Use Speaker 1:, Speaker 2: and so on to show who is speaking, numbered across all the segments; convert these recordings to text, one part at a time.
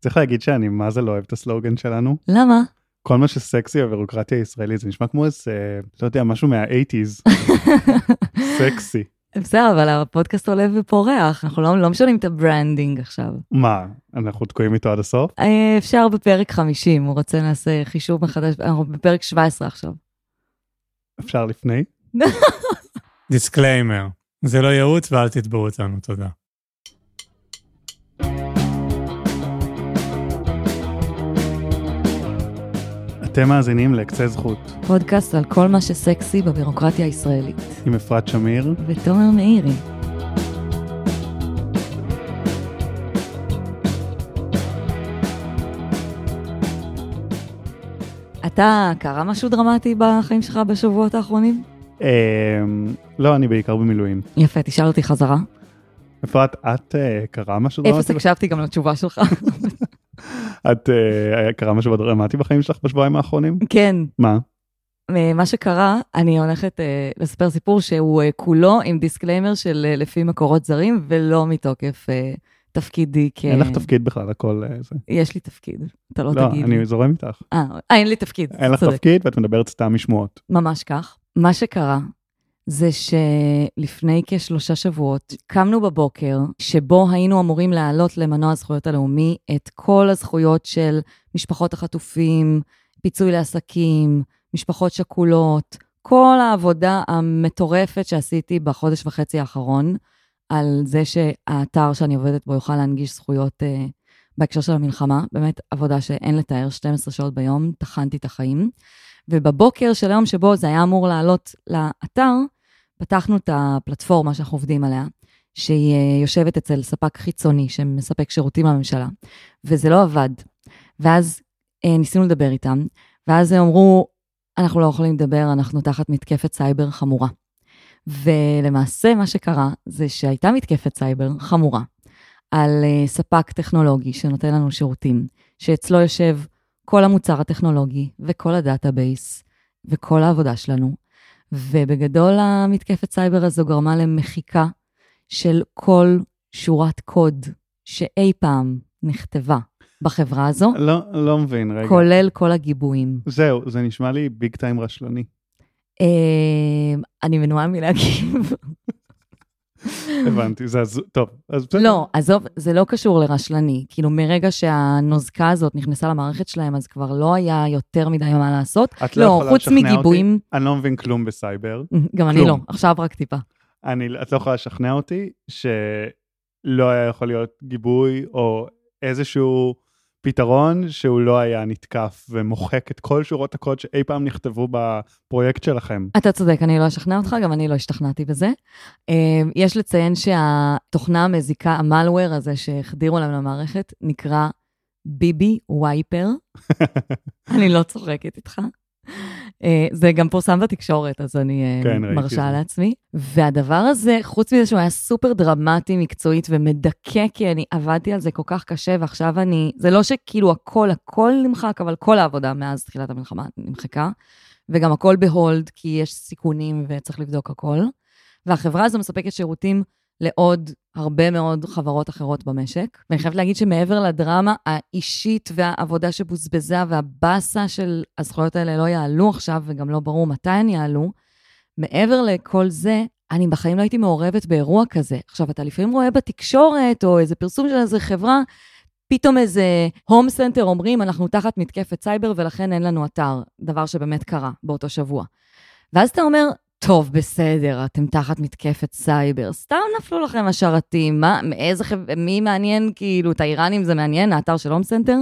Speaker 1: צריך להגיד שאני מה זה לא אוהב את הסלוגן שלנו.
Speaker 2: למה?
Speaker 1: כל מה שסקסי בבירוקרטיה הישראלית, זה נשמע כמו איזה, לא יודע, משהו מה-80's, סקסי.
Speaker 2: בסדר, אבל הפודקאסט עולה ופורח, אנחנו לא, לא משנים את הברנדינג עכשיו.
Speaker 1: מה, אנחנו תקועים איתו עד הסוף?
Speaker 2: אה, אפשר בפרק 50, הוא רוצה נעשה חישוב מחדש, אנחנו בפרק 17 עכשיו.
Speaker 1: אפשר לפני?
Speaker 3: דיסקליימר, זה לא ייעוץ ואל תתבעו אותנו, תודה.
Speaker 1: אתם מאזינים לקצה זכות,
Speaker 2: פודקאסט על כל מה שסקסי בבירוקרטיה הישראלית.
Speaker 1: עם אפרת שמיר.
Speaker 2: ותומר מאירי. אתה, קרה משהו דרמטי בחיים שלך בשבועות האחרונים?
Speaker 1: אמ, לא, אני בעיקר במילואים.
Speaker 2: יפה, תשאל אותי חזרה.
Speaker 1: אפרת, את אה, קרה משהו
Speaker 2: אפס
Speaker 1: דרמטי?
Speaker 2: הקשבתי גם לתשובה שלך.
Speaker 1: את אה, קרה משהו דרמטי בחיים שלך בשבועיים האחרונים?
Speaker 2: כן,
Speaker 1: מה?
Speaker 2: אה, מה שקרה, אני הולכת אה, לספר סיפור שהוא אה, כולו עם דיסקליימר של אה, לפי מקורות זרים, ולא מתוקף אה, תפקידי כ...
Speaker 1: אין לך תפקיד בכלל, הכל אה, זה.
Speaker 2: יש לי תפקיד, אתה לא,
Speaker 1: לא,
Speaker 2: כן. תגיד. לי.
Speaker 1: אני זורם איתך.
Speaker 2: אה, אה, אין לי תפקיד,
Speaker 1: אין לך
Speaker 2: צודק.
Speaker 1: תפקיד ואת מדברת סתם משמועות.
Speaker 2: ממש כך. מה שקרה זה שלפני כשלושה שבועות קמנו בבוקר, שבו היינו אמורים להעלות למנוע הזכויות הלאומי את כל הזכויות של משפחות החטופים, פיצוי לעסקים, משפחות שכולות, כל העבודה המטורפת שעשיתי בחודש וחצי האחרון, על זה שהאתר שאני עובדת בו יוכל להנגיש זכויות אה, בהקשר של המלחמה. באמת עבודה שאין לתאר, 12 שעות ביום, טחנתי את החיים. ובבוקר של היום שבו זה היה אמור לעלות לאתר, פתחנו את הפלטפורמה שאנחנו עובדים עליה, שהיא אה, יושבת אצל ספק חיצוני שמספק שירותים לממשלה, וזה לא עבד. ואז אה, ניסינו לדבר איתם, ואז הם אמרו, אנחנו לא יכולים לדבר, אנחנו תחת מתקפת סייבר חמורה. ולמעשה מה שקרה זה שהייתה מתקפת סייבר חמורה על אה, ספק טכנולוגי שנותן לנו שירותים, שאצלו יושב כל המוצר הטכנולוגי וכל הדאטאבייס וכל העבודה שלנו. ובגדול המתקפת סייבר הזו גרמה למחיקה של כל שורת קוד שאי פעם נכתבה בחברה הזו,
Speaker 1: לא, לא מבין, רגע.
Speaker 2: כולל כל הגיבויים.
Speaker 1: זהו, זה נשמע לי ביג טיים רשלני.
Speaker 2: אה, אני מנועה מלהגיב.
Speaker 1: הבנתי, זה הזוי, טוב, אז בסדר.
Speaker 2: לא, עזוב, זה לא קשור לרשלני. כאילו, מרגע שהנוזקה הזאת נכנסה למערכת שלהם, אז כבר לא היה יותר מדי מה לעשות.
Speaker 1: את לא,
Speaker 2: לא,
Speaker 1: יכולה
Speaker 2: חוץ
Speaker 1: לשכנע
Speaker 2: מגיבויים,
Speaker 1: אותי, אני לא מבין כלום בסייבר.
Speaker 2: גם אני
Speaker 1: כלום.
Speaker 2: לא, עכשיו רק טיפה.
Speaker 1: אני, את לא יכולה לשכנע אותי שלא היה יכול להיות גיבוי או איזשהו פתרון שהוא לא היה נתקף ומוחק את כל שורות הקוד שאי פעם נכתבו בפרויקט שלכם.
Speaker 2: אתה צודק, אני לא אשכנע אותך, גם אני לא השתכנעתי בזה. אה, יש לציין שהתוכנה המזיקה, המלוור הזה שהחדירו להם למערכת, נקרא ביבי וייפר. אני לא צוחקת איתך. אה, זה גם פורסם בתקשורת, אז אני אה,
Speaker 1: כן, ראיתי
Speaker 2: מרשה
Speaker 1: את זה.
Speaker 2: לעצמי. והדבר הזה, חוץ מזה שהוא היה סופר דרמטי מקצועית ומדכא, כי אני עבדתי על זה כל כך קשה, ועכשיו אני... זה לא שכאילו הכל, הכל נמחק, אבל כל העבודה מאז תחילת המלחמה נמחקה, וגם הכל בהולד, כי יש סיכונים וצריך לבדוק הכל. והחברה הזו מספקת שירותים לעוד הרבה מאוד חברות אחרות במשק. ואני חייבת להגיד שמעבר לדרמה האישית והעבודה שבוזבזה והבאסה של הזכויות האלה לא יעלו עכשיו, וגם לא ברור מתי הן יעלו, מעבר לכל זה, אני בחיים לא הייתי מעורבת באירוע כזה. עכשיו, אתה לפעמים רואה בתקשורת, או איזה פרסום של איזה חברה, פתאום איזה הום סנטר אומרים, אנחנו תחת מתקפת סייבר ולכן אין לנו אתר, דבר שבאמת קרה באותו שבוע. ואז אתה אומר, טוב, בסדר, אתם תחת מתקפת סייבר, סתם נפלו לכם השרתים, מה, מאיזה חב... מי מעניין, כאילו, את האיראנים זה מעניין, האתר של הום סנטר?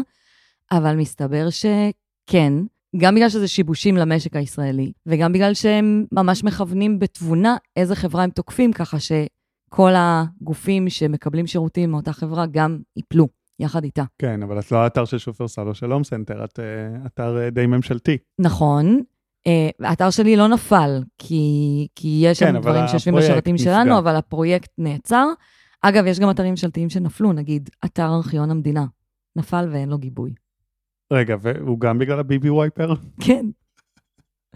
Speaker 2: אבל מסתבר שכן, גם בגלל שזה שיבושים למשק הישראלי, וגם בגלל שהם ממש מכוונים בתבונה איזה חברה הם תוקפים, ככה שכל הגופים שמקבלים שירותים מאותה חברה גם ייפלו יחד איתה.
Speaker 1: כן, אבל את לא האתר של שופרסל או של הום סנטר, את אה, אתר אה, די ממשלתי.
Speaker 2: נכון. אה, האתר שלי לא נפל, כי, כי יש
Speaker 1: כן,
Speaker 2: שם
Speaker 1: אבל
Speaker 2: דברים שיושבים
Speaker 1: הפרויקט
Speaker 2: בשרתים
Speaker 1: נפגע.
Speaker 2: שלנו, אבל הפרויקט נעצר. אגב, יש גם אתרים ממשלתיים שנפלו, נגיד אתר ארכיון המדינה. נפל ואין לו גיבוי.
Speaker 1: רגע, והוא גם בגלל הביבי וייפר?
Speaker 2: כן.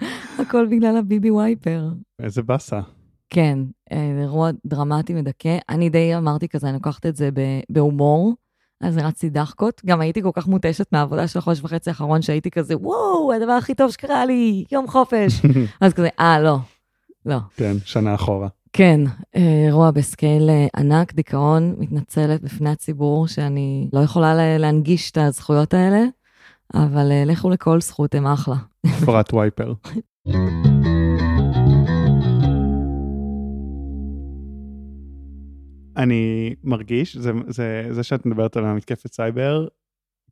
Speaker 2: הכל בגלל הביבי וייפר.
Speaker 1: איזה באסה.
Speaker 2: כן, אה, אירוע דרמטי מדכא. אני די אמרתי כזה, אני לוקחת את זה ב- בהומור. אז רצתי דחקות. גם הייתי כל כך מותשת מהעבודה של החודש וחצי האחרון, שהייתי כזה, וואו, הדבר הכי טוב שקרה לי, יום חופש. אז כזה, אה, לא, לא.
Speaker 1: כן, שנה אחורה.
Speaker 2: כן, אה, אירוע בסקייל אה, ענק, דיכאון, מתנצלת בפני הציבור שאני לא יכולה לה- להנגיש את הזכויות האלה, אבל אה, לכו לכל זכות, הם אחלה.
Speaker 1: פרט וייפר. אני מרגיש, זה, זה, זה שאת מדברת על המתקפת סייבר,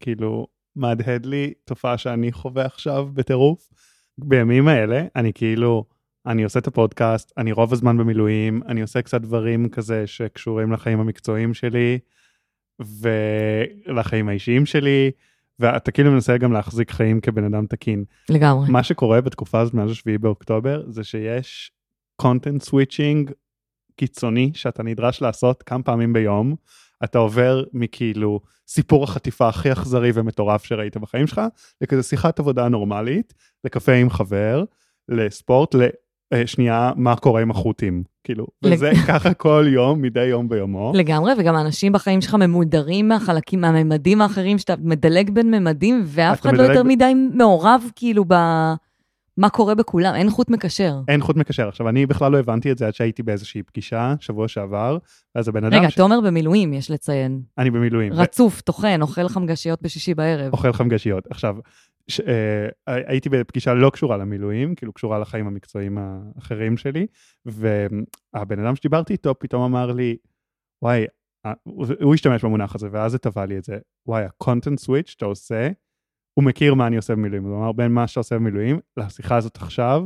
Speaker 1: כאילו, מהדהד לי תופעה שאני חווה עכשיו בטירוף. בימים האלה, אני כאילו, אני עושה את הפודקאסט, אני רוב הזמן במילואים, אני עושה קצת דברים כזה שקשורים לחיים המקצועיים שלי ולחיים האישיים שלי, ואתה כאילו מנסה גם להחזיק חיים כבן אדם תקין.
Speaker 2: לגמרי.
Speaker 1: מה שקורה בתקופה הזאת מאז 7 באוקטובר זה שיש קונטנט סוויצ'ינג קיצוני שאתה נדרש לעשות כמה פעמים ביום. אתה עובר מכאילו סיפור החטיפה הכי אכזרי ומטורף שראית בחיים שלך, לכזה שיחת עבודה נורמלית, לקפה עם חבר, לספורט, לשנייה מה קורה עם החות'ים, כאילו.
Speaker 2: לג-
Speaker 1: וזה ככה כל יום, מדי יום ביומו.
Speaker 2: לגמרי, וגם האנשים בחיים שלך ממודרים מהחלקים, מהממדים האחרים, שאתה מדלג בין ממדים, ואף
Speaker 1: אתה
Speaker 2: אחד לא
Speaker 1: מדלג
Speaker 2: יותר
Speaker 1: ב-
Speaker 2: מדי מעורב, כאילו, ב... מה קורה בכולם, אין חוט מקשר.
Speaker 1: אין חוט מקשר. עכשיו, אני בכלל לא הבנתי את זה עד שהייתי באיזושהי פגישה שבוע שעבר, ואז הבן אדם,
Speaker 2: רגע,
Speaker 1: ש-
Speaker 2: תומר במילואים, יש לציין.
Speaker 1: אני במילואים. ו-
Speaker 2: רצוף, טוחן, אוכל חמגשיות בשישי בערב.
Speaker 1: אוכל חמגשיות. עכשיו, ש, אה, הייתי בפגישה לא קשורה למילואים, כאילו קשורה לחיים המקצועיים האחרים שלי, והבן אדם שדיברתי איתו פתאום אמר לי, וואי, אה, הוא הוא השתמש במונח הזה, ואז זה טבע לי את זה, וואי, ה-content switch שאתה עושה, הוא מכיר מה אני עושה במילואים, הוא אמר, בין מה שאתה עושה במילואים לשיחה הזאת עכשיו,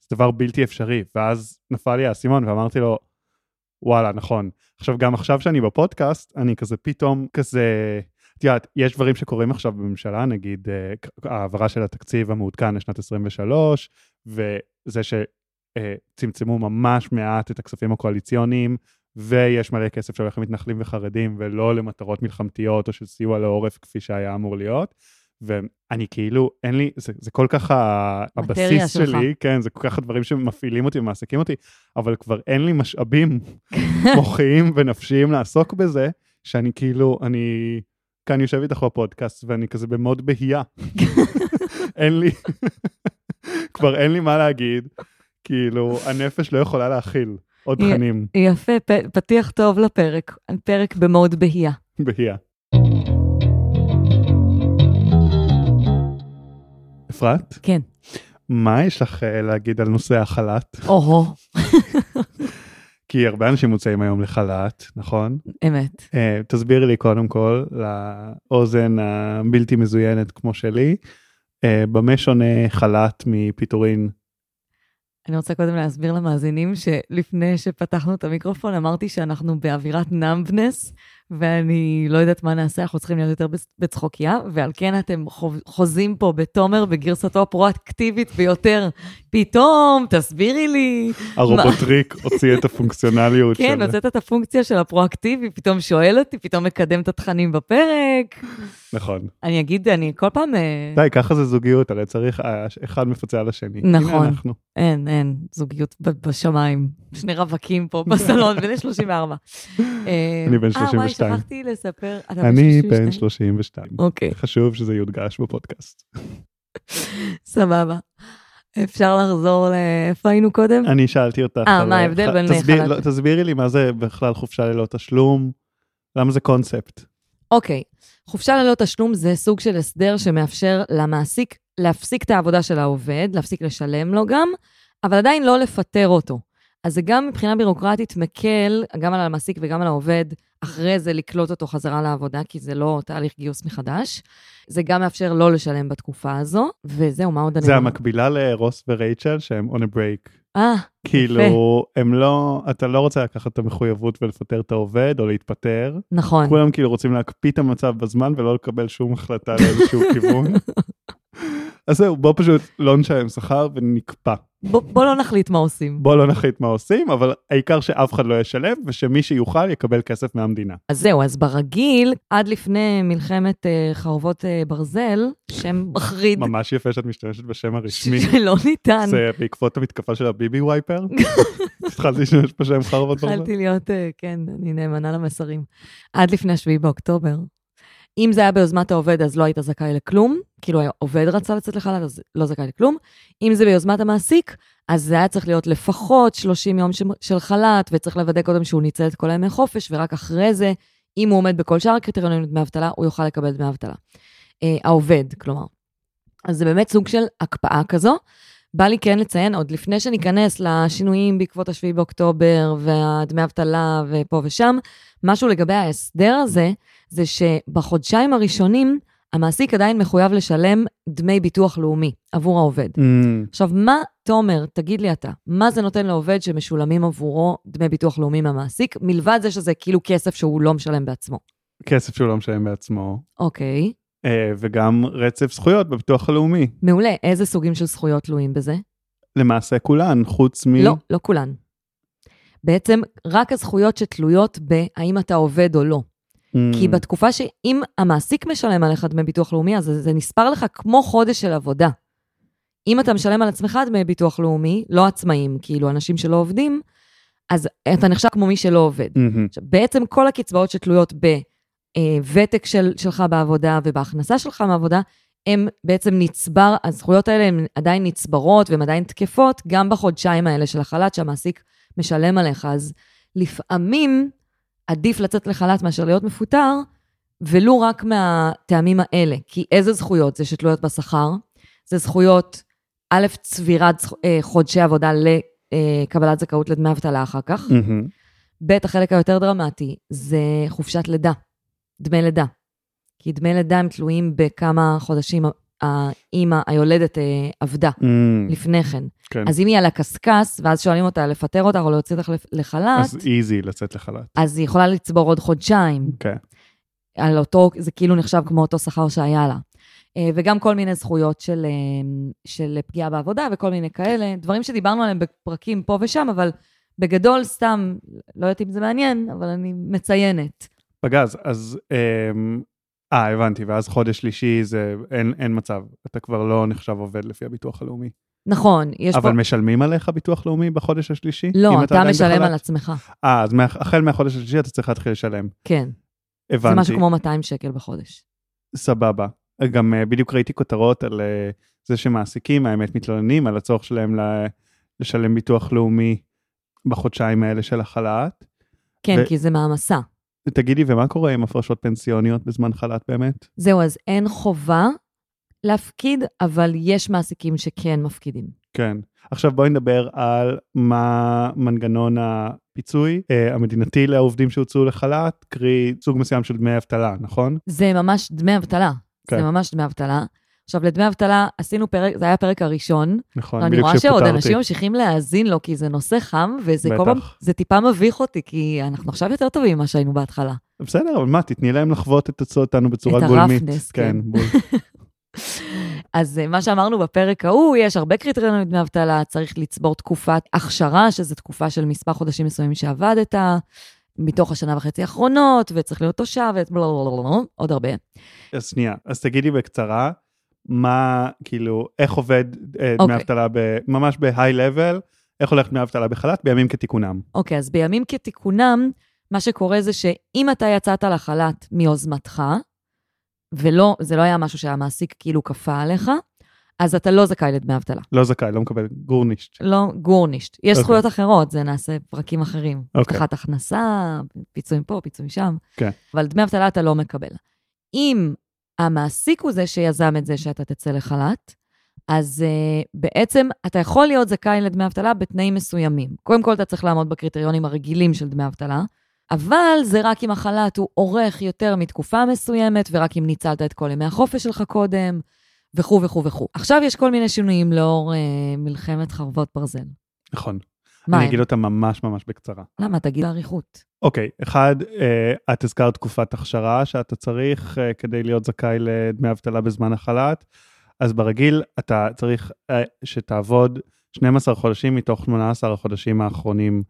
Speaker 1: זה דבר בלתי אפשרי. ואז נפל לי האסימון ואמרתי לו, וואלה, נכון. עכשיו, גם עכשיו שאני בפודקאסט, אני כזה פתאום כזה... את יודעת, יש דברים שקורים עכשיו בממשלה, נגיד אה, ק- העברה של התקציב המעודכן לשנת 23, וזה שצמצמו ממש מעט את הכספים הקואליציוניים, ויש מלא כסף שהולך למתנחלים וחרדים, ולא למטרות מלחמתיות או של סיוע לעורף כפי שהיה אמור להיות. ואני כאילו, אין לי, זה, זה כל כך ה-
Speaker 2: מטריה
Speaker 1: הבסיס
Speaker 2: שלך.
Speaker 1: שלי, כן, זה כל כך הדברים שמפעילים אותי ומעסיקים אותי, אבל כבר אין לי משאבים מוחיים ונפשיים לעסוק בזה, שאני כאילו, אני כאן יושב איתך בפודקאסט ואני כזה במוד בהייה. אין לי, כבר אין לי מה להגיד, כאילו, הנפש לא יכולה להכיל עוד
Speaker 2: היא-
Speaker 1: תכנים
Speaker 2: יפה, פ- פתיח טוב לפרק, פרק במוד בהייה.
Speaker 1: בהייה. אפרת,
Speaker 2: כן.
Speaker 1: מה יש לך אה, להגיד על נושא החל"ת?
Speaker 2: או-הו,
Speaker 1: כי הרבה אנשים מוצאים היום לחל"ת, נכון?
Speaker 2: אמת.
Speaker 1: אה, תסבירי לי קודם כל, לאוזן הבלתי מזוינת כמו שלי, אה, במה שונה חל"ת מפיטורין?
Speaker 2: אני רוצה קודם להסביר למאזינים שלפני שפתחנו את המיקרופון, אמרתי שאנחנו באווירת נמבנס, ואני לא יודעת מה נעשה, אנחנו צריכים להיות יותר בצ- בצחוקייה, ועל כן אתם חו- חוזים פה בתומר בגרסתו הפרואקטיבית ביותר. פתאום, תסבירי לי.
Speaker 1: הרובוטריק הוציא את הפונקציונליות של...
Speaker 2: כן, הוצאת את הפונקציה של הפרואקטיבי, פתאום שואל אותי, פתאום מקדם את התכנים בפרק.
Speaker 1: נכון.
Speaker 2: אני אגיד, אני כל פעם... אה,
Speaker 1: די, ככה זה זוגיות, הרי צריך, אה, אחד מפצה על השני.
Speaker 2: נכון.
Speaker 1: הנה אנחנו.
Speaker 2: אין, אין, זוגיות ב- בשמיים. שני רווקים פה בסלון, בני 34. אה,
Speaker 1: אני בן 32.
Speaker 2: אה, וואי, שכחתי לספר. אתה בן
Speaker 1: אני
Speaker 2: 32?
Speaker 1: בן 32.
Speaker 2: אוקיי,
Speaker 1: חשוב שזה יודגש בפודקאסט.
Speaker 2: סבבה. אפשר לחזור לאיפה היינו קודם?
Speaker 1: אני שאלתי אותך.
Speaker 2: אה,
Speaker 1: על-
Speaker 2: מה ההבדל
Speaker 1: ח-
Speaker 2: בין
Speaker 1: תסביר-
Speaker 2: חל"ת?
Speaker 1: לא, תסבירי לי מה זה בכלל חופשה ללא תשלום, למה זה קונספט.
Speaker 2: אוקיי, חופשה ללא תשלום זה סוג של הסדר שמאפשר למעסיק להפסיק את העבודה של העובד, להפסיק לשלם לו גם, אבל עדיין לא לפטר אותו. אז זה גם מבחינה בירוקרטית מקל, גם על המעסיק וגם על העובד, אחרי זה לקלוט אותו חזרה לעבודה, כי זה לא תהליך גיוס מחדש. זה גם מאפשר לא לשלם בתקופה הזו, וזהו, מה עוד אני... לא-
Speaker 1: זה
Speaker 2: אומר?
Speaker 1: המקבילה לרוס ורייצ'ל שהם on a break.
Speaker 2: אה,
Speaker 1: כאילו, הם לא, אתה לא רוצה לקחת את המחויבות ולפטר את העובד או להתפטר.
Speaker 2: נכון.
Speaker 1: כולם כאילו רוצים להקפיא את המצב בזמן ולא לקבל שום החלטה לאיזשהו כיוון. אז זהו, בוא פשוט לא נשלם שכר ונקפא.
Speaker 2: בוא, בוא לא נחליט מה עושים.
Speaker 1: בוא לא נחליט מה עושים, אבל העיקר שאף אחד לא ישלם ושמי שיוכל יקבל כסף מהמדינה.
Speaker 2: אז זהו, אז ברגיל, עד לפני מלחמת אה, חרבות אה, ברזל, שם מחריד
Speaker 1: ממש יפה שאת משתמשת בשם הרשמי.
Speaker 2: שלא לא ניתן.
Speaker 1: זה בעקבות המתקפה של הביבי וייפר. התחלתי להשתמש בשם חרבות ברזל.
Speaker 2: התחלתי להיות, אה, כן, אני נאמנה למסרים. עד לפני 7 באוקטובר. אם זה היה ביוזמת העובד, אז לא היית זכאי לכלום, כאילו העובד רצה לצאת לחל"ת, אז לא זכאי לכלום. אם זה ביוזמת המעסיק, אז זה היה צריך להיות לפחות 30 יום ש- של חל"ת, וצריך לוודא קודם שהוא ניצל את כל הימי חופש, ורק אחרי זה, אם הוא עומד בכל שאר הקריטריונים לדמי אבטלה, הוא יוכל לקבל דמי אבטלה. אה, העובד, כלומר. אז זה באמת סוג של הקפאה כזו. בא לי כן לציין, עוד לפני שניכנס לשינויים בעקבות השביעי באוקטובר, והדמי אבטלה ופה ושם, משהו לגבי ההסדר הזה, זה שבחודשיים הראשונים, המעסיק עדיין מחויב לשלם דמי ביטוח לאומי עבור העובד.
Speaker 1: אמ,
Speaker 2: עכשיו, מה, תומר, תגיד לי אתה, מה זה נותן לעובד שמשולמים עבורו דמי ביטוח לאומי מהמעסיק, מלבד זה שזה כאילו כסף שהוא לא משלם בעצמו?
Speaker 1: כסף שהוא לא משלם בעצמו,
Speaker 2: אוקיי,
Speaker 1: אה, וגם רצף זכויות בביטוח הלאומי.
Speaker 2: מעולה. איזה סוגים של זכויות תלויים בזה?
Speaker 1: למעשה כולן, חוץ מ...
Speaker 2: לא, לא כולן. בעצם, רק הזכויות שתלויות בהאם אתה עובד או לא.
Speaker 1: אמ,
Speaker 2: כי בתקופה שאם המעסיק משלם עליך דמי ביטוח לאומי, אז זה נספר לך כמו חודש של עבודה. אם אתה משלם על עצמך דמי ביטוח לאומי, לא עצמאים, כאילו אנשים שלא עובדים, אז אתה נחשב כמו מי שלא עובד.
Speaker 1: אמ,
Speaker 2: עכשיו, בעצם כל הקצבאות שתלויות בוותק של, שלך בעבודה ובהכנסה שלך מעבודה, הם בעצם נצבר, הזכויות האלה הן עדיין נצברות והן עדיין תקפות, גם בחודשיים האלה של החל"ת שהמעסיק משלם עליך. אז לפעמים עדיף לצאת לחל"ת מאשר להיות מפוטר, ולו רק מהטעמים האלה. כי איזה זכויות זה שתלויות בשכר? זה זכויות, א', צבירת זכ- אה, חודשי עבודה לקבלת זכאות לדמי אבטלה אחר כך.
Speaker 1: אמ,
Speaker 2: ב', החלק היותר דרמטי, זה חופשת לידה, דמי לידה. כי דמי לידה הם תלויים בכמה חודשים האימא, היולדת, אה, עבדה
Speaker 1: אמ,
Speaker 2: לפני כן.
Speaker 1: כן.
Speaker 2: אז אם היא על הקשקש, ואז שואלים אותה לפטר אותך או להוציא אותך לפ- לחל"ת,
Speaker 1: אז איזי לצאת לחל"ת.
Speaker 2: אז היא יכולה לצבור עוד חודשיים.
Speaker 1: כן.
Speaker 2: על אותו, זה כאילו נחשב כמו אותו שכר שהיה לה. אה, וגם כל מיני זכויות של, אה, של פגיעה בעבודה וכל מיני כאלה, דברים שדיברנו עליהם בפרקים פה ושם, אבל בגדול, סתם, לא יודעת אם זה מעניין, אבל אני מציינת.
Speaker 1: פגז, אז... אמ, אה, הבנתי, ואז חודש שלישי זה... אין- אין מצב. אתה כבר לא נחשב עובד לפי הביטוח הלאומי.
Speaker 2: נכון, יש פה...
Speaker 1: אבל משלמים עליך ביטוח לאומי בחודש השלישי? אם
Speaker 2: לא, אתה
Speaker 1: עדיין
Speaker 2: משלם
Speaker 1: בחל"ת?
Speaker 2: על עצמך.
Speaker 1: אה, אז מה- החל מהחודש השלישי אתה צריך להתחיל לשלם.
Speaker 2: כן, זה
Speaker 1: הבנתי.
Speaker 2: משהו כמו 200 שקל בחודש.
Speaker 1: סבבה. גם אה, בדיוק ראיתי כותרות על אה, זה שמעסיקים, האמת, מתלוננים על הצורך שלהם ל- לשלם ביטוח לאומי בחודשיים האלה של החל"ת.
Speaker 2: כן,
Speaker 1: ו-
Speaker 2: כי זה מעמסה.
Speaker 1: תגידי, ומה קורה עם הפרשות פנסיוניות בזמן חל"ת באמת?
Speaker 2: זהו, אז אין חובה להפקיד, אבל יש מעסיקים שכן מפקידים.
Speaker 1: כן. עכשיו בואי נדבר על מה מנגנון הפיצוי אה, המדינתי לעובדים שהוצאו לחל"ת, קרי סוג מסוים של דמי אבטלה, נכון?
Speaker 2: זה ממש דמי אבטלה.
Speaker 1: כן.
Speaker 2: כן. זה ממש דמי אבטלה. עכשיו, לדמי אבטלה עשינו פרק, זה היה הפרק הראשון.
Speaker 1: נכון,
Speaker 2: אני
Speaker 1: בדיוק
Speaker 2: רואה שעוד
Speaker 1: שפוטרתי.
Speaker 2: אנשים ממשיכים להאזין לו, כי זה נושא חם, וזה כל פעם,
Speaker 1: בטח.
Speaker 2: זה טיפה מביך אותי, כי אנחנו עכשיו יותר טובים ממה שהיינו בהתחלה.
Speaker 1: בסדר, אבל מה, תתני להם לחוות את אותנו בצורה
Speaker 2: את
Speaker 1: גולמית.
Speaker 2: הרפנס,
Speaker 1: כן,
Speaker 2: כן.
Speaker 1: בול.
Speaker 2: אז אה, מה שאמרנו בפרק ההוא, יש הרבה קריטריונים לדמי אבטלה, צריך לצבור תקופת הכשרה, שזו תקופה של מספר חודשים מסוימים שעבדת, מתוך השנה וחצי האחרונות, וצריך להיות תושב, ועוד הרבה.
Speaker 1: אז שנייה, אז תגידי בקצרה, מה, כאילו, איך עובד אה, דמי
Speaker 2: אוקיי.
Speaker 1: אבטלה, ב- ממש ב-high level, איך הולך דמי אבטלה בחל"ת בימים כתיקונם.
Speaker 2: אוקיי, אז בימים כתיקונם, מה שקורה זה שאם אתה יצאת לחל"ת מיוזמתך, ולא, זה לא היה משהו שהמעסיק כאילו כפה עליך, אז אתה לא זכאי לדמי אבטלה.
Speaker 1: לא זכאי, לא מקבל גורנישט.
Speaker 2: לא גורנישט. יש
Speaker 1: אוקיי.
Speaker 2: זכויות אחרות, זה נעשה פרקים אחרים.
Speaker 1: אוקיי.
Speaker 2: הבטחת הכנסה, פיצויים פה, פיצויים שם.
Speaker 1: כן.
Speaker 2: אבל דמי אבטלה אתה לא מקבל. אם המעסיק הוא זה שיזם את זה שאתה תצא לחל"ת, אז uh, בעצם אתה יכול להיות זכאי לדמי אבטלה בתנאים מסוימים. קודם כל, אתה צריך לעמוד בקריטריונים הרגילים של דמי אבטלה, אבל זה רק אם החל"ת הוא אורך יותר מתקופה מסוימת, ורק אם ניצלת את כל ימי החופש שלך קודם, וכו' וכו' וכו'. עכשיו יש כל מיני שינויים לאור אה, מלחמת חרבות ברזל.
Speaker 1: נכון.
Speaker 2: מה
Speaker 1: אני
Speaker 2: הם?
Speaker 1: אגיד אותם ממש ממש בקצרה.
Speaker 2: למה? תגיד באריכות.
Speaker 1: אוקיי, אחד, אה, את הזכרת תקופת הכשרה שאתה צריך אה, כדי להיות זכאי לדמי אבטלה בזמן החל"ת, אז ברגיל אתה צריך אה, שתעבוד 12 חודשים מתוך 18 החודשים האחרונים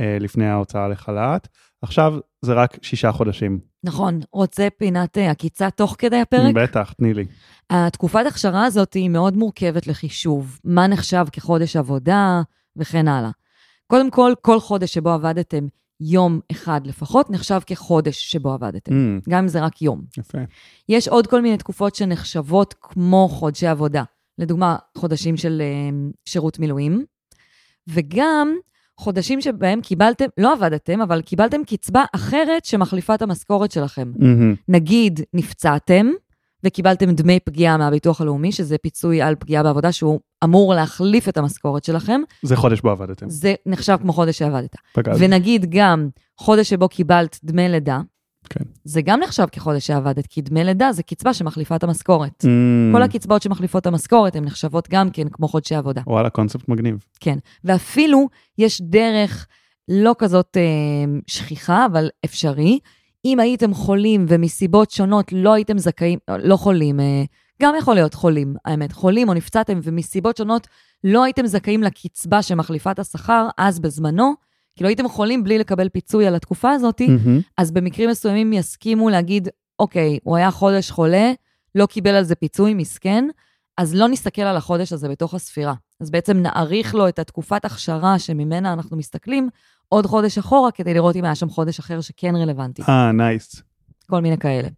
Speaker 1: אה, לפני ההוצאה לחל"ת. עכשיו זה רק שישה חודשים.
Speaker 2: נכון, רוצה פינת אה, עקיצה תוך כדי הפרק?
Speaker 1: בטח, תני לי.
Speaker 2: התקופת הכשרה הזאת היא מאוד מורכבת לחישוב, מה נחשב כחודש עבודה וכן הלאה. קודם כל, כל חודש שבו עבדתם יום אחד לפחות נחשב כחודש שבו עבדתם,
Speaker 1: Mm,
Speaker 2: גם אם זה רק יום.
Speaker 1: יפה.
Speaker 2: יש עוד כל מיני תקופות שנחשבות כמו חודשי עבודה. לדוגמה, חודשים של אה, שירות מילואים, וגם חודשים שבהם קיבלתם, לא עבדתם, אבל קיבלתם קצבה אחרת שמחליפה את המשכורת שלכם.
Speaker 1: מהמם.
Speaker 2: נגיד, נפצעתם וקיבלתם דמי פגיעה מהביטוח הלאומי, שזה פיצוי על פגיעה בעבודה שהוא אמור להחליף את המשכורת שלכם,
Speaker 1: זה חודש בו עבדתם.
Speaker 2: זה נחשב כמו חודש שעבדת.
Speaker 1: פגז.
Speaker 2: ונגיד גם חודש שבו קיבלת דמי לידה,
Speaker 1: כן.
Speaker 2: זה גם נחשב כחודש שעבדת, כי דמי לידה זה קצבה שמחליפה את המשכורת.
Speaker 1: Mm,
Speaker 2: כל הקצבאות שמחליפות את המשכורת הן נחשבות גם כן כמו חודשי עבודה.
Speaker 1: וואלה, קונספט מגניב.
Speaker 2: ואפילו יש דרך לא כזאת אה, שכיחה, אבל אפשרי. אם הייתם חולים ומסיבות שונות לא הייתם זכאים, לא חולים, אה, גם יכול להיות חולים, האמת, חולים או נפצעתם ומסיבות שונות לא הייתם זכאים לקצבה שמחליפה את השכר אז בזמנו, כי לא הייתם חולים בלי לקבל פיצוי על התקופה הזאת,
Speaker 1: מהמם.
Speaker 2: אז במקרים מסוימים יסכימו להגיד, אוקיי, הוא היה חודש חולה, לא קיבל על זה פיצוי, מסכן, אז לא נסתכל על החודש הזה בתוך הספירה. אז בעצם נעריך לו את התקופת הכשרה שממנה אנחנו מסתכלים עוד חודש אחורה, כדי לראות אם היה שם חודש אחר שכן רלוונטי,
Speaker 1: אה, נייס.
Speaker 2: כל מיני כאלה.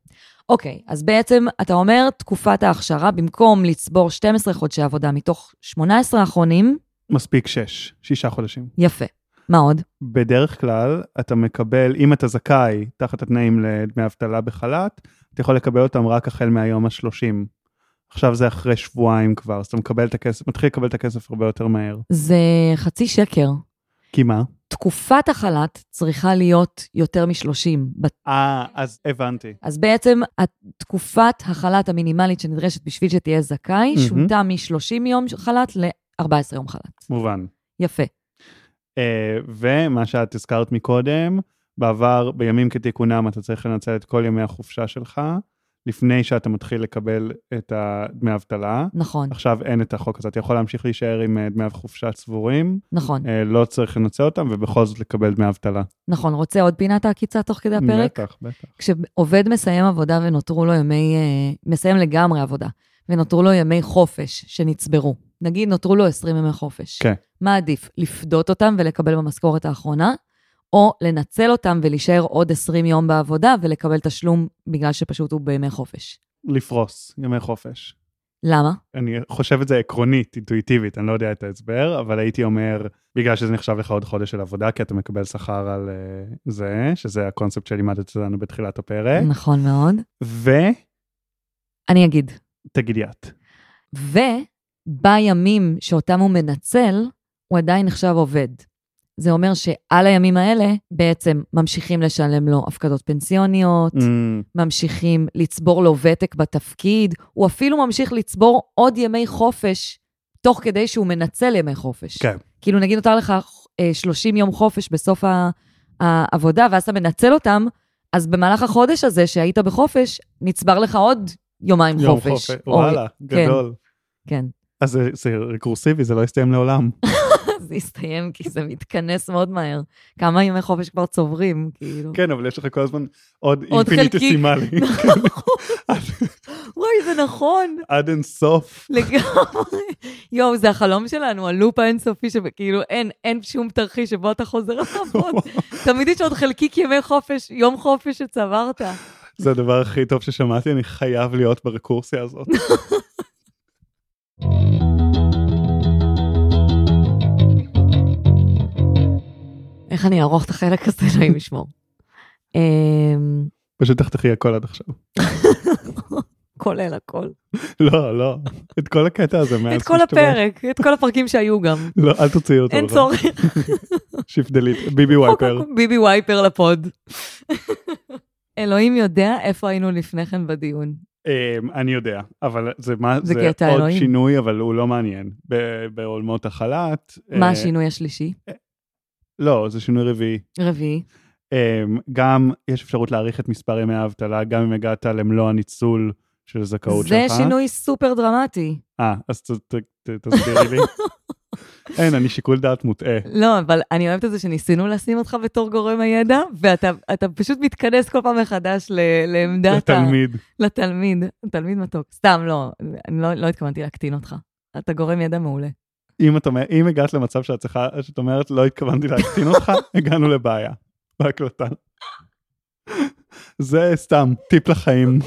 Speaker 2: אוקיי, אז בעצם אתה אומר, תקופת ההכשרה, במקום לצבור 12 חודשי עבודה מתוך 18 האחרונים,
Speaker 1: מספיק שש, שישה חודשים.
Speaker 2: יפה. מה עוד?
Speaker 1: בדרך כלל אתה מקבל, אם אתה זכאי תחת התנאים לדמי אבטלה בחל"ת, אתה יכול לקבל אותם רק החל מהיום ה-30. עכשיו זה אחרי שבועיים כבר, אז אתה מקבל את הכסף, מתחיל לקבל את הכסף הרבה יותר מהר.
Speaker 2: זה חצי שקר.
Speaker 1: כי מה?
Speaker 2: תקופת החל"ת צריכה להיות יותר מ-30
Speaker 1: אה, אז הבנתי.
Speaker 2: אז בעצם תקופת החל"ת המינימלית שנדרשת בשביל שתהיה זכאי,
Speaker 1: מהמם.
Speaker 2: שונתה מ-30 יום חל"ת ל-14 יום חל"ת.
Speaker 1: מובן.
Speaker 2: יפה.
Speaker 1: אה, ומה שאת הזכרת מקודם, בעבר, בימים כתיקונם, אתה צריך לנצל את כל ימי החופשה שלך, לפני שאתה מתחיל לקבל את דמי האבטלה.
Speaker 2: נכון,
Speaker 1: עכשיו אין את החוק הזה, אתה יכול להמשיך להישאר עם אה, דמי חופשה צבורים,
Speaker 2: נכון,
Speaker 1: אה, לא צריך לנצל אותם, ובכל זאת לקבל דמי אבטלה.
Speaker 2: נכון. רוצה עוד פינת העקיצה תוך כדי הפרק?
Speaker 1: בטח, בטח.
Speaker 2: כשעובד מסיים עבודה ונותרו לו ימי, אה, מסיים לגמרי עבודה, ונותרו לו ימי חופש שנצברו. נגיד נותרו לו 20 ימי חופש.
Speaker 1: כן.
Speaker 2: מה עדיף, לפדות אותם ולקבל במשכורת האחרונה, או לנצל אותם ולהישאר עוד 20 יום בעבודה ולקבל תשלום בגלל שפשוט הוא בימי חופש?
Speaker 1: לפרוס ימי חופש.
Speaker 2: למה?
Speaker 1: אני חושב את זה עקרונית, אינטואיטיבית, אני לא יודע את ההסבר, אבל הייתי אומר, בגלל שזה נחשב לך עוד חודש של עבודה, כי אתה מקבל שכר על אה, זה, שזה הקונספט שלימדת אותנו בתחילת הפרק,
Speaker 2: נכון מאוד.
Speaker 1: ותגידי
Speaker 2: אני אגיד.
Speaker 1: את.
Speaker 2: ובימים שאותם הוא מנצל, הוא עדיין נחשב עובד. זה אומר שעל הימים האלה בעצם ממשיכים לשלם לו הפקדות פנסיוניות,
Speaker 1: Mm,
Speaker 2: ממשיכים לצבור לו ותק בתפקיד, הוא אפילו ממשיך לצבור עוד ימי חופש, תוך כדי שהוא מנצל ימי חופש.
Speaker 1: כן.
Speaker 2: כאילו נגיד נותר לך אה, 30 יום חופש בסוף ה- העבודה, ואז אתה מנצל אותם, אז במהלך החודש הזה שהיית בחופש, נצבר לך עוד יומיים
Speaker 1: יום
Speaker 2: חופש.
Speaker 1: חופש.
Speaker 2: או-
Speaker 1: וואלה, גדול.
Speaker 2: כן.
Speaker 1: אז זה- זה רקורסיבי, זה לא יסתיים לעולם.
Speaker 2: זה יסתיים, כי זה מתכנס מאוד מהר. כמה ימי חופש כבר צוברים, כאילו.
Speaker 1: כן, אבל יש לך כל הזמן עוד
Speaker 2: עוד חלקיק.
Speaker 1: אינפיניטסימלי.
Speaker 2: וואי, זה נכון.
Speaker 1: עד אינסוף.
Speaker 2: לגמרי. יואו, זה החלום שלנו, הלופ האינסופי, שכאילו אין, אין שום תרחיש שבו אתה חוזר לעבוד. תמיד יש עוד חלקיק ימי חופש, יום חופש שצברת.
Speaker 1: זה הדבר הכי טוב ששמעתי, אני חייב להיות ברקורסיה הזאת.
Speaker 2: איך אני אערוך את החלק הזה, אלוהים ישמור. אמ,
Speaker 1: פשוט תחתכי הכל עד עכשיו.
Speaker 2: כולל הכל.
Speaker 1: לא, לא, את כל הקטע הזה מאז.
Speaker 2: את כל
Speaker 1: שאתה אומר-
Speaker 2: הפרק, את כל הפרקים שהיו גם.
Speaker 1: לא, אל תוציאי אותו.
Speaker 2: אין צורך.
Speaker 1: שיפט דליט, ביבי וייפר.
Speaker 2: ביבי וייפר לפוד. אלוהים יודע איפה היינו לפני כן בדיון.
Speaker 1: אמ, אני יודע, אבל זה מה,
Speaker 2: זה
Speaker 1: זה
Speaker 2: קטע
Speaker 1: עוד
Speaker 2: אלוהים.
Speaker 1: שינוי, אבל הוא לא מעניין. ב- בעולמות החל"ת.
Speaker 2: מה
Speaker 1: אה,
Speaker 2: השינוי השלישי?
Speaker 1: לא, זה שינוי רביעי.
Speaker 2: רביעי.
Speaker 1: אמ, גם יש אפשרות להאריך את מספר ימי האבטלה, גם אם הגעת למלוא הניצול של הזכאות
Speaker 2: זה
Speaker 1: שלך.
Speaker 2: שינוי סופר דרמטי.
Speaker 1: אה, אז ת- ת- ת- תסבירי לי. אין, אני שיקול דעת מוטעה.
Speaker 2: לא, אבל אני אוהבת את זה שניסינו לשים אותך בתור גורם הידע, ואתה אתה פשוט מתכנס כל פעם מחדש ל- לעמדת... ה-
Speaker 1: לתלמיד.
Speaker 2: לתלמיד. תלמיד מתוק. סתם, לא, אני לא, לא התכוונתי להקטין אותך. אתה גורם ידע מעולה.
Speaker 1: אם את אומר- אם הגעת למצב שאת צריכה, שאת אומרת, לא התכוונתי להקטין אותך, הגענו לבעיה. בהקלטה. זה סתם טיפ לחיים.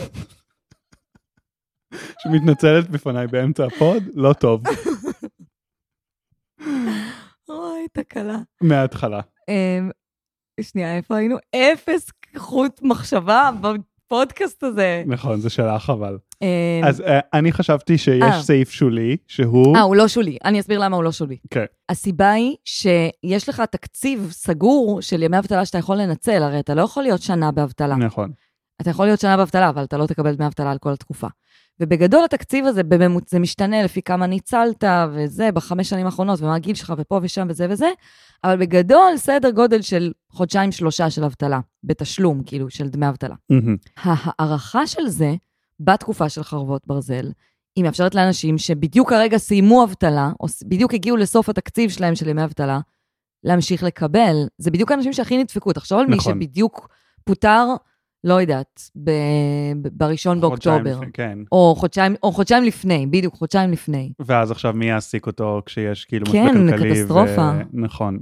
Speaker 1: שמתנצלת בפניי באמצע הפוד, לא טוב,
Speaker 2: אוי, תקלה.
Speaker 1: מההתחלה.
Speaker 2: אמ, שנייה, איפה היינו? אפס חוט מחשבה בפודקאסט הזה.
Speaker 1: נכון, זה שאלה חבל.
Speaker 2: אמ,
Speaker 1: אז אה, אני חשבתי שיש
Speaker 2: אה.
Speaker 1: סעיף שולי, שהוא...
Speaker 2: אה, הוא לא שולי. אני אסביר למה הוא לא שולי.
Speaker 1: כן.
Speaker 2: הסיבה היא שיש לך תקציב סגור של ימי אבטלה שאתה יכול לנצל, הרי אתה לא יכול להיות שנה באבטלה.
Speaker 1: נכון.
Speaker 2: אתה יכול להיות שנה באבטלה, אבל אתה לא תקבל דמי אבטלה על כל התקופה. ובגדול התקציב הזה, בממוצ... זה משתנה לפי כמה ניצלת וזה, בחמש שנים האחרונות, ומה הגיל שלך, ופה ושם וזה וזה, אבל בגדול סדר גודל של חודשיים-שלושה של אבטלה, בתשלום, כאילו, של דמי אבטלה.
Speaker 1: מהמם.
Speaker 2: ההערכה של זה, בתקופה של חרבות ברזל, היא מאפשרת לאנשים שבדיוק כרגע סיימו אבטלה, או ס- בדיוק הגיעו לסוף התקציב שלהם של ימי אבטלה, להמשיך לקבל. זה בדיוק האנשים שהכי נדפקו. תחשוב על מי
Speaker 1: נכון.
Speaker 2: שבדיוק פוטר, לא יודעת, ב- ב- בראשון
Speaker 1: חודשיים
Speaker 2: באוקטובר.
Speaker 1: לפני, כן.
Speaker 2: או חודשיים, או חודשיים לפני, בדיוק, חודשיים לפני.
Speaker 1: ואז עכשיו מי יעסיק אותו כשיש כאילו
Speaker 2: כן,
Speaker 1: משבר כלכלי?
Speaker 2: קטסטרופה.
Speaker 1: ו... נכון.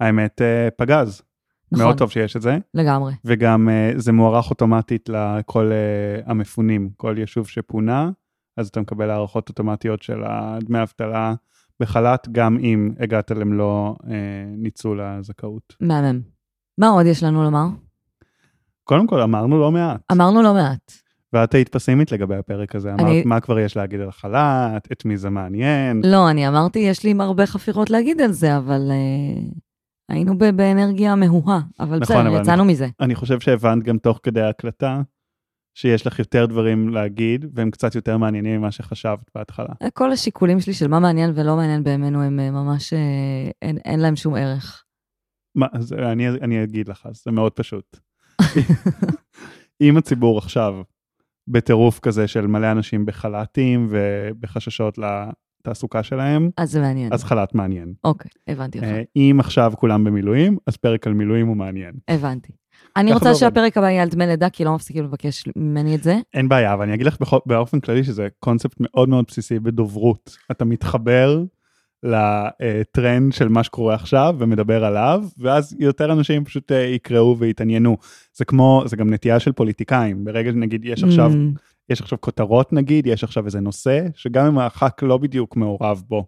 Speaker 1: האמת, אה, פגז.
Speaker 2: נכון,
Speaker 1: נכון. מאוד טוב שיש את זה.
Speaker 2: לגמרי.
Speaker 1: וגם אה, זה מוארך אוטומטית לכל אה, המפונים. כל יישוב שפונה, אז אתה מקבל הערכות אוטומטיות של דמי האבטלה בחל"ת, גם אם הגעת למלוא אה, ניצול הזכאות.
Speaker 2: מהמם. מה עוד יש לנו לומר?
Speaker 1: קודם כל, אמרנו לא מעט.
Speaker 2: אמרנו לא מעט.
Speaker 1: ואת היית פסימית לגבי הפרק הזה. אמרת,
Speaker 2: אני-
Speaker 1: מה כבר יש להגיד על החל"ת, את מי זה מעניין.
Speaker 2: לא, אני אמרתי, יש לי הרבה חפירות להגיד על זה, אבל אה, היינו ב- באנרגיה מהוהה. אבל
Speaker 1: נכון, אבל
Speaker 2: בסדר, יצאנו מזה.
Speaker 1: אני חושב שהבנת גם תוך כדי ההקלטה, שיש לך יותר דברים להגיד, והם קצת יותר מעניינים ממה שחשבת בהתחלה.
Speaker 2: כל השיקולים שלי של מה מעניין ולא מעניין בימינו הם אה, ממש, אה, אין, אין להם שום ערך.
Speaker 1: מה, אז אה, אני, אני אגיד לך, אז זה מאוד פשוט. אם הציבור עכשיו בטירוף כזה של מלא אנשים בחל"תים ובחששות לתעסוקה שלהם,
Speaker 2: אז זה מעניין.
Speaker 1: אז חל"ת מעניין.
Speaker 2: אוקיי, הבנתי אותך.
Speaker 1: אה, אם עכשיו כולם במילואים, אז פרק על מילואים הוא מעניין.
Speaker 2: הבנתי. אני
Speaker 1: אה, ככה זה
Speaker 2: רוצה
Speaker 1: עובד.
Speaker 2: שהפרק הבא יהיה על דמי לידה, כי לא מפסיקים לבקש ממני את זה.
Speaker 1: אין בעיה, אבל אני אגיד לך בכל, באופן כללי שזה קונספט מאוד מאוד בסיסי בדוברות. אתה מתחבר לטרנד של מה שקורה עכשיו ומדבר עליו, ואז יותר אנשים פשוט אה, יקראו ויתעניינו. זה כמו, זה גם נטייה של פוליטיקאים. ברגע שנגיד יש עכשיו, mm.
Speaker 2: Mm,
Speaker 1: יש עכשיו כותרות נגיד, יש עכשיו איזה נושא, שגם אם הח"כ לא בדיוק מעורב בו,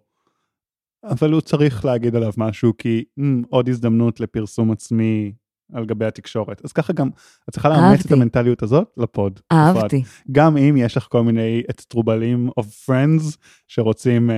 Speaker 1: אבל הוא צריך להגיד עליו משהו, כי mm, עוד הזדמנות לפרסום עצמי. על גבי התקשורת. אז ככה גם, את צריכה לאמץ את
Speaker 2: אהבתי.
Speaker 1: המנטליות הזאת לפוד. אפרת.
Speaker 2: אהבתי.
Speaker 1: גם אם יש לך כל מיני אצטרובלים of friends שרוצים אה,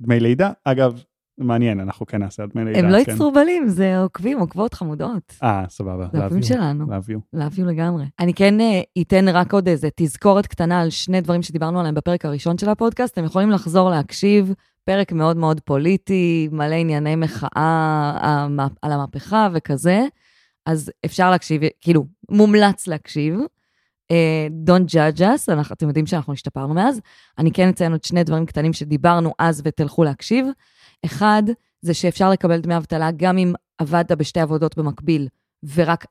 Speaker 1: דמי לידה. אגב, מעניין, אנחנו כן נעשה דמי לידה.
Speaker 2: הם לא
Speaker 1: כן.
Speaker 2: יצרובלים, זה עוקבים, עוקבות חמודות.
Speaker 1: אה, סבבה,
Speaker 2: זה עוקבים שלנו.
Speaker 1: Love you.
Speaker 2: להביאו לגמרי. אני כן אה, אתן רק עוד איזה תזכורת קטנה על שני דברים שדיברנו עליהם בפרק הראשון של הפודקאסט. אתם יכולים לחזור להקשיב, פרק מאוד מאוד פוליטי, מלא ענייני מחאה המ- על המהפכה וכזה, אז אפשר להקשיב, כאילו, מומלץ להקשיב. אה, Don't judge us, אנחנו, אתם יודעים שאנחנו השתפרנו מאז. אני כן אציין עוד שני דברים קטנים שדיברנו אז ותלכו להקשיב. אחד, זה שאפשר לקבל דמי אבטלה גם אם עבדת בשתי עבודות במקביל ורק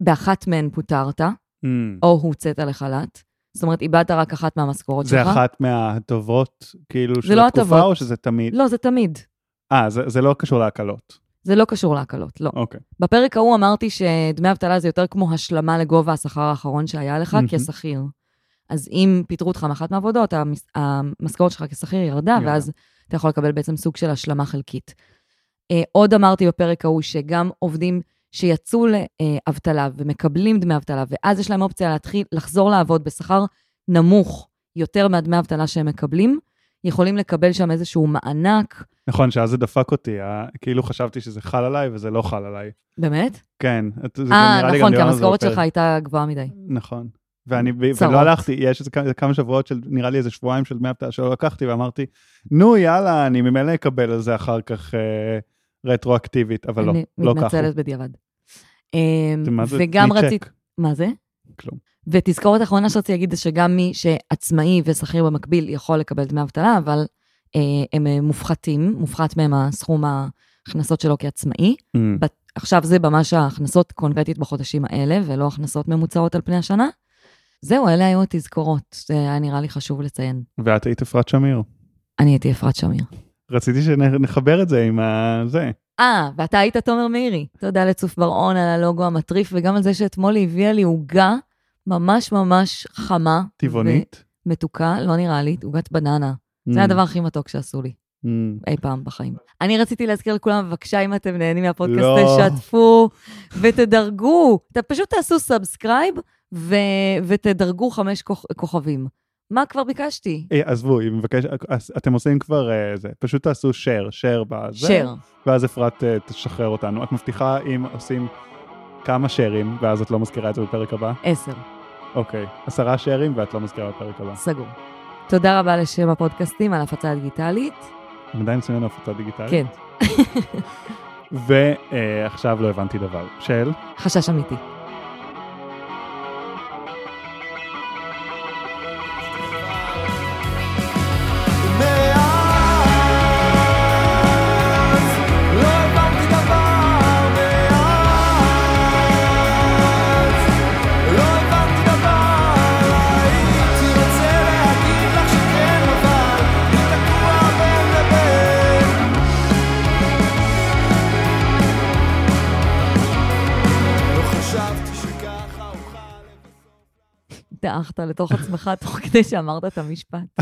Speaker 2: באחת מהן פוטרת,
Speaker 1: Mm.
Speaker 2: או הוצאת לחל"ת. זאת אומרת, איבדת רק אחת מהמשכורות
Speaker 1: זה
Speaker 2: שלך.
Speaker 1: אחת מההטבות, כאילו, של
Speaker 2: לא
Speaker 1: התקופה,
Speaker 2: הטבות.
Speaker 1: או שזה תמיד?
Speaker 2: לא, זה תמיד.
Speaker 1: אה, זה זה לא קשור להקלות.
Speaker 2: זה לא קשור להקלות, לא.
Speaker 1: אוקיי.
Speaker 2: בפרק ההוא אמרתי שדמי אבטלה זה יותר כמו השלמה לגובה השכר האחרון שהיה לך
Speaker 1: מהמם.
Speaker 2: כשכיר. אז אם פיטרו אותך מאחת מהעבודות, המס- המשכורת שלך כשכיר ירדה,
Speaker 1: ירדה.
Speaker 2: ואז אתה יכול לקבל בעצם סוג של השלמה חלקית. אה, עוד אמרתי בפרק ההוא שגם עובדים שיצאו לאבטלה ומקבלים דמי אבטלה, ואז יש להם אופציה להתחיל לחזור לעבוד בשכר נמוך יותר מהדמי האבטלה שהם מקבלים, יכולים לקבל שם איזשהו מענק.
Speaker 1: נכון, שאז זה דפק אותי, אה, כאילו חשבתי שזה חל עליי וזה לא חל עליי.
Speaker 2: באמת?
Speaker 1: כן, את- זה גם
Speaker 2: אה,
Speaker 1: נראה לי גם
Speaker 2: נכון, כי
Speaker 1: דיברנו על זה
Speaker 2: המשכורת
Speaker 1: בפרק.
Speaker 2: שלך הייתה גבוהה מדי.
Speaker 1: נכון. ואני, ב-
Speaker 2: צרות.
Speaker 1: ולא הלכתי, יש איזה כמה- כמה שבועות של, נראה לי איזה שבועיים של דמי אבטלה שלא לקחתי, ואמרתי, נו יאללה, אני ממילא אקבל על זה אחר כך אה, רטרואקטיבית, אבל לא, לא
Speaker 2: אני
Speaker 1: ככה.
Speaker 2: מתנצלת בדיעבד. אמ,
Speaker 1: זה מה זה?
Speaker 2: וגם
Speaker 1: תני צ'ק.
Speaker 2: רצית... מה זה?
Speaker 1: כלום.
Speaker 2: ותזכורת אחרונה שרציתי להגיד זה שגם מי שעצמאי ושכיר במקביל יכול לקבל דמי אבטלה, אבל אה, הם אה, מופחתים, מופחת מהם הסכום ההכנסות שלו כעצמאי.
Speaker 1: אמ,
Speaker 2: עכשיו זה ממש ההכנסות קונקרטית בחודשים האלה, ולא הכנסות ממוצעות על פני השנה. זהו, אלה היו התזכורות, זה היה נראה לי חשוב לציין.
Speaker 1: ואת היית אפרת שמיר.
Speaker 2: אני הייתי אפרת שמיר.
Speaker 1: רציתי שנחבר את זה עם ה... זה.
Speaker 2: אה, ואתה היית תומר מאירי. תודה לצוף בר-און על הלוגו המטריף, וגם על זה שאתמול היא הביאה לי עוגה ממש ממש חמה.
Speaker 1: טבעונית.
Speaker 2: ומתוקה, לא נראה לי, עוגת בננה. זה
Speaker 1: Mm,
Speaker 2: הדבר הכי מתוק שעשו לי
Speaker 1: mm.
Speaker 2: אי פעם בחיים. אני רציתי להזכיר לכולם, בבקשה, אם אתם נהנים מהפודקאסט,
Speaker 1: לא.
Speaker 2: תשתפו ותדרגו. ת- פשוט תעשו סאבסקרייב ו- ותדרגו חמש כוכ- כוכבים. מה כבר ביקשתי?
Speaker 1: אה, עזבו, היא מבקשת, אז אתם עושים כבר אה, זה, פשוט תעשו share, share בזה,
Speaker 2: שר.
Speaker 1: ואז אפרת אה, תשחרר אותנו. את מבטיחה אם עושים כמה shareים, ואז את לא מזכירה את זה בפרק הבא?
Speaker 2: עשר.
Speaker 1: אוקיי, עשרה shareים ואת לא מזכירה בפרק הבא.
Speaker 2: סגור. תודה רבה לשם הפודקאסטים על הפצה הדיגיטלית.
Speaker 1: הם עדיין עושים לנו הפצה דיגיטלית?
Speaker 2: כן,
Speaker 1: ועכשיו לא הבנתי דבר. של?
Speaker 2: חשש אמיתי.
Speaker 4: מאז לא הבנתי דבר, מאז לא הבנתי דבר. הייתי רוצה להגיד לך שכן, אבל אני תקוע בין לבין. לא חשבתי שככה אוכל לבסוף
Speaker 2: דעכת לתוך עצמך תוך כדי שאמרת את המשפט.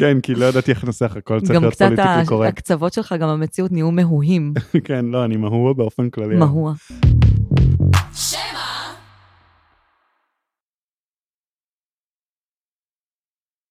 Speaker 1: כן, כי לא ידעתי איך לנסח הכל, צריך
Speaker 2: גם
Speaker 1: להיות
Speaker 2: קצת
Speaker 1: פוליטיקלי
Speaker 2: ה-
Speaker 1: קורקט.
Speaker 2: הקצוות שלך, גם המציאות נהיו מהויים.
Speaker 1: כן, לא, אני מהוע באופן כללי.
Speaker 2: מהוע.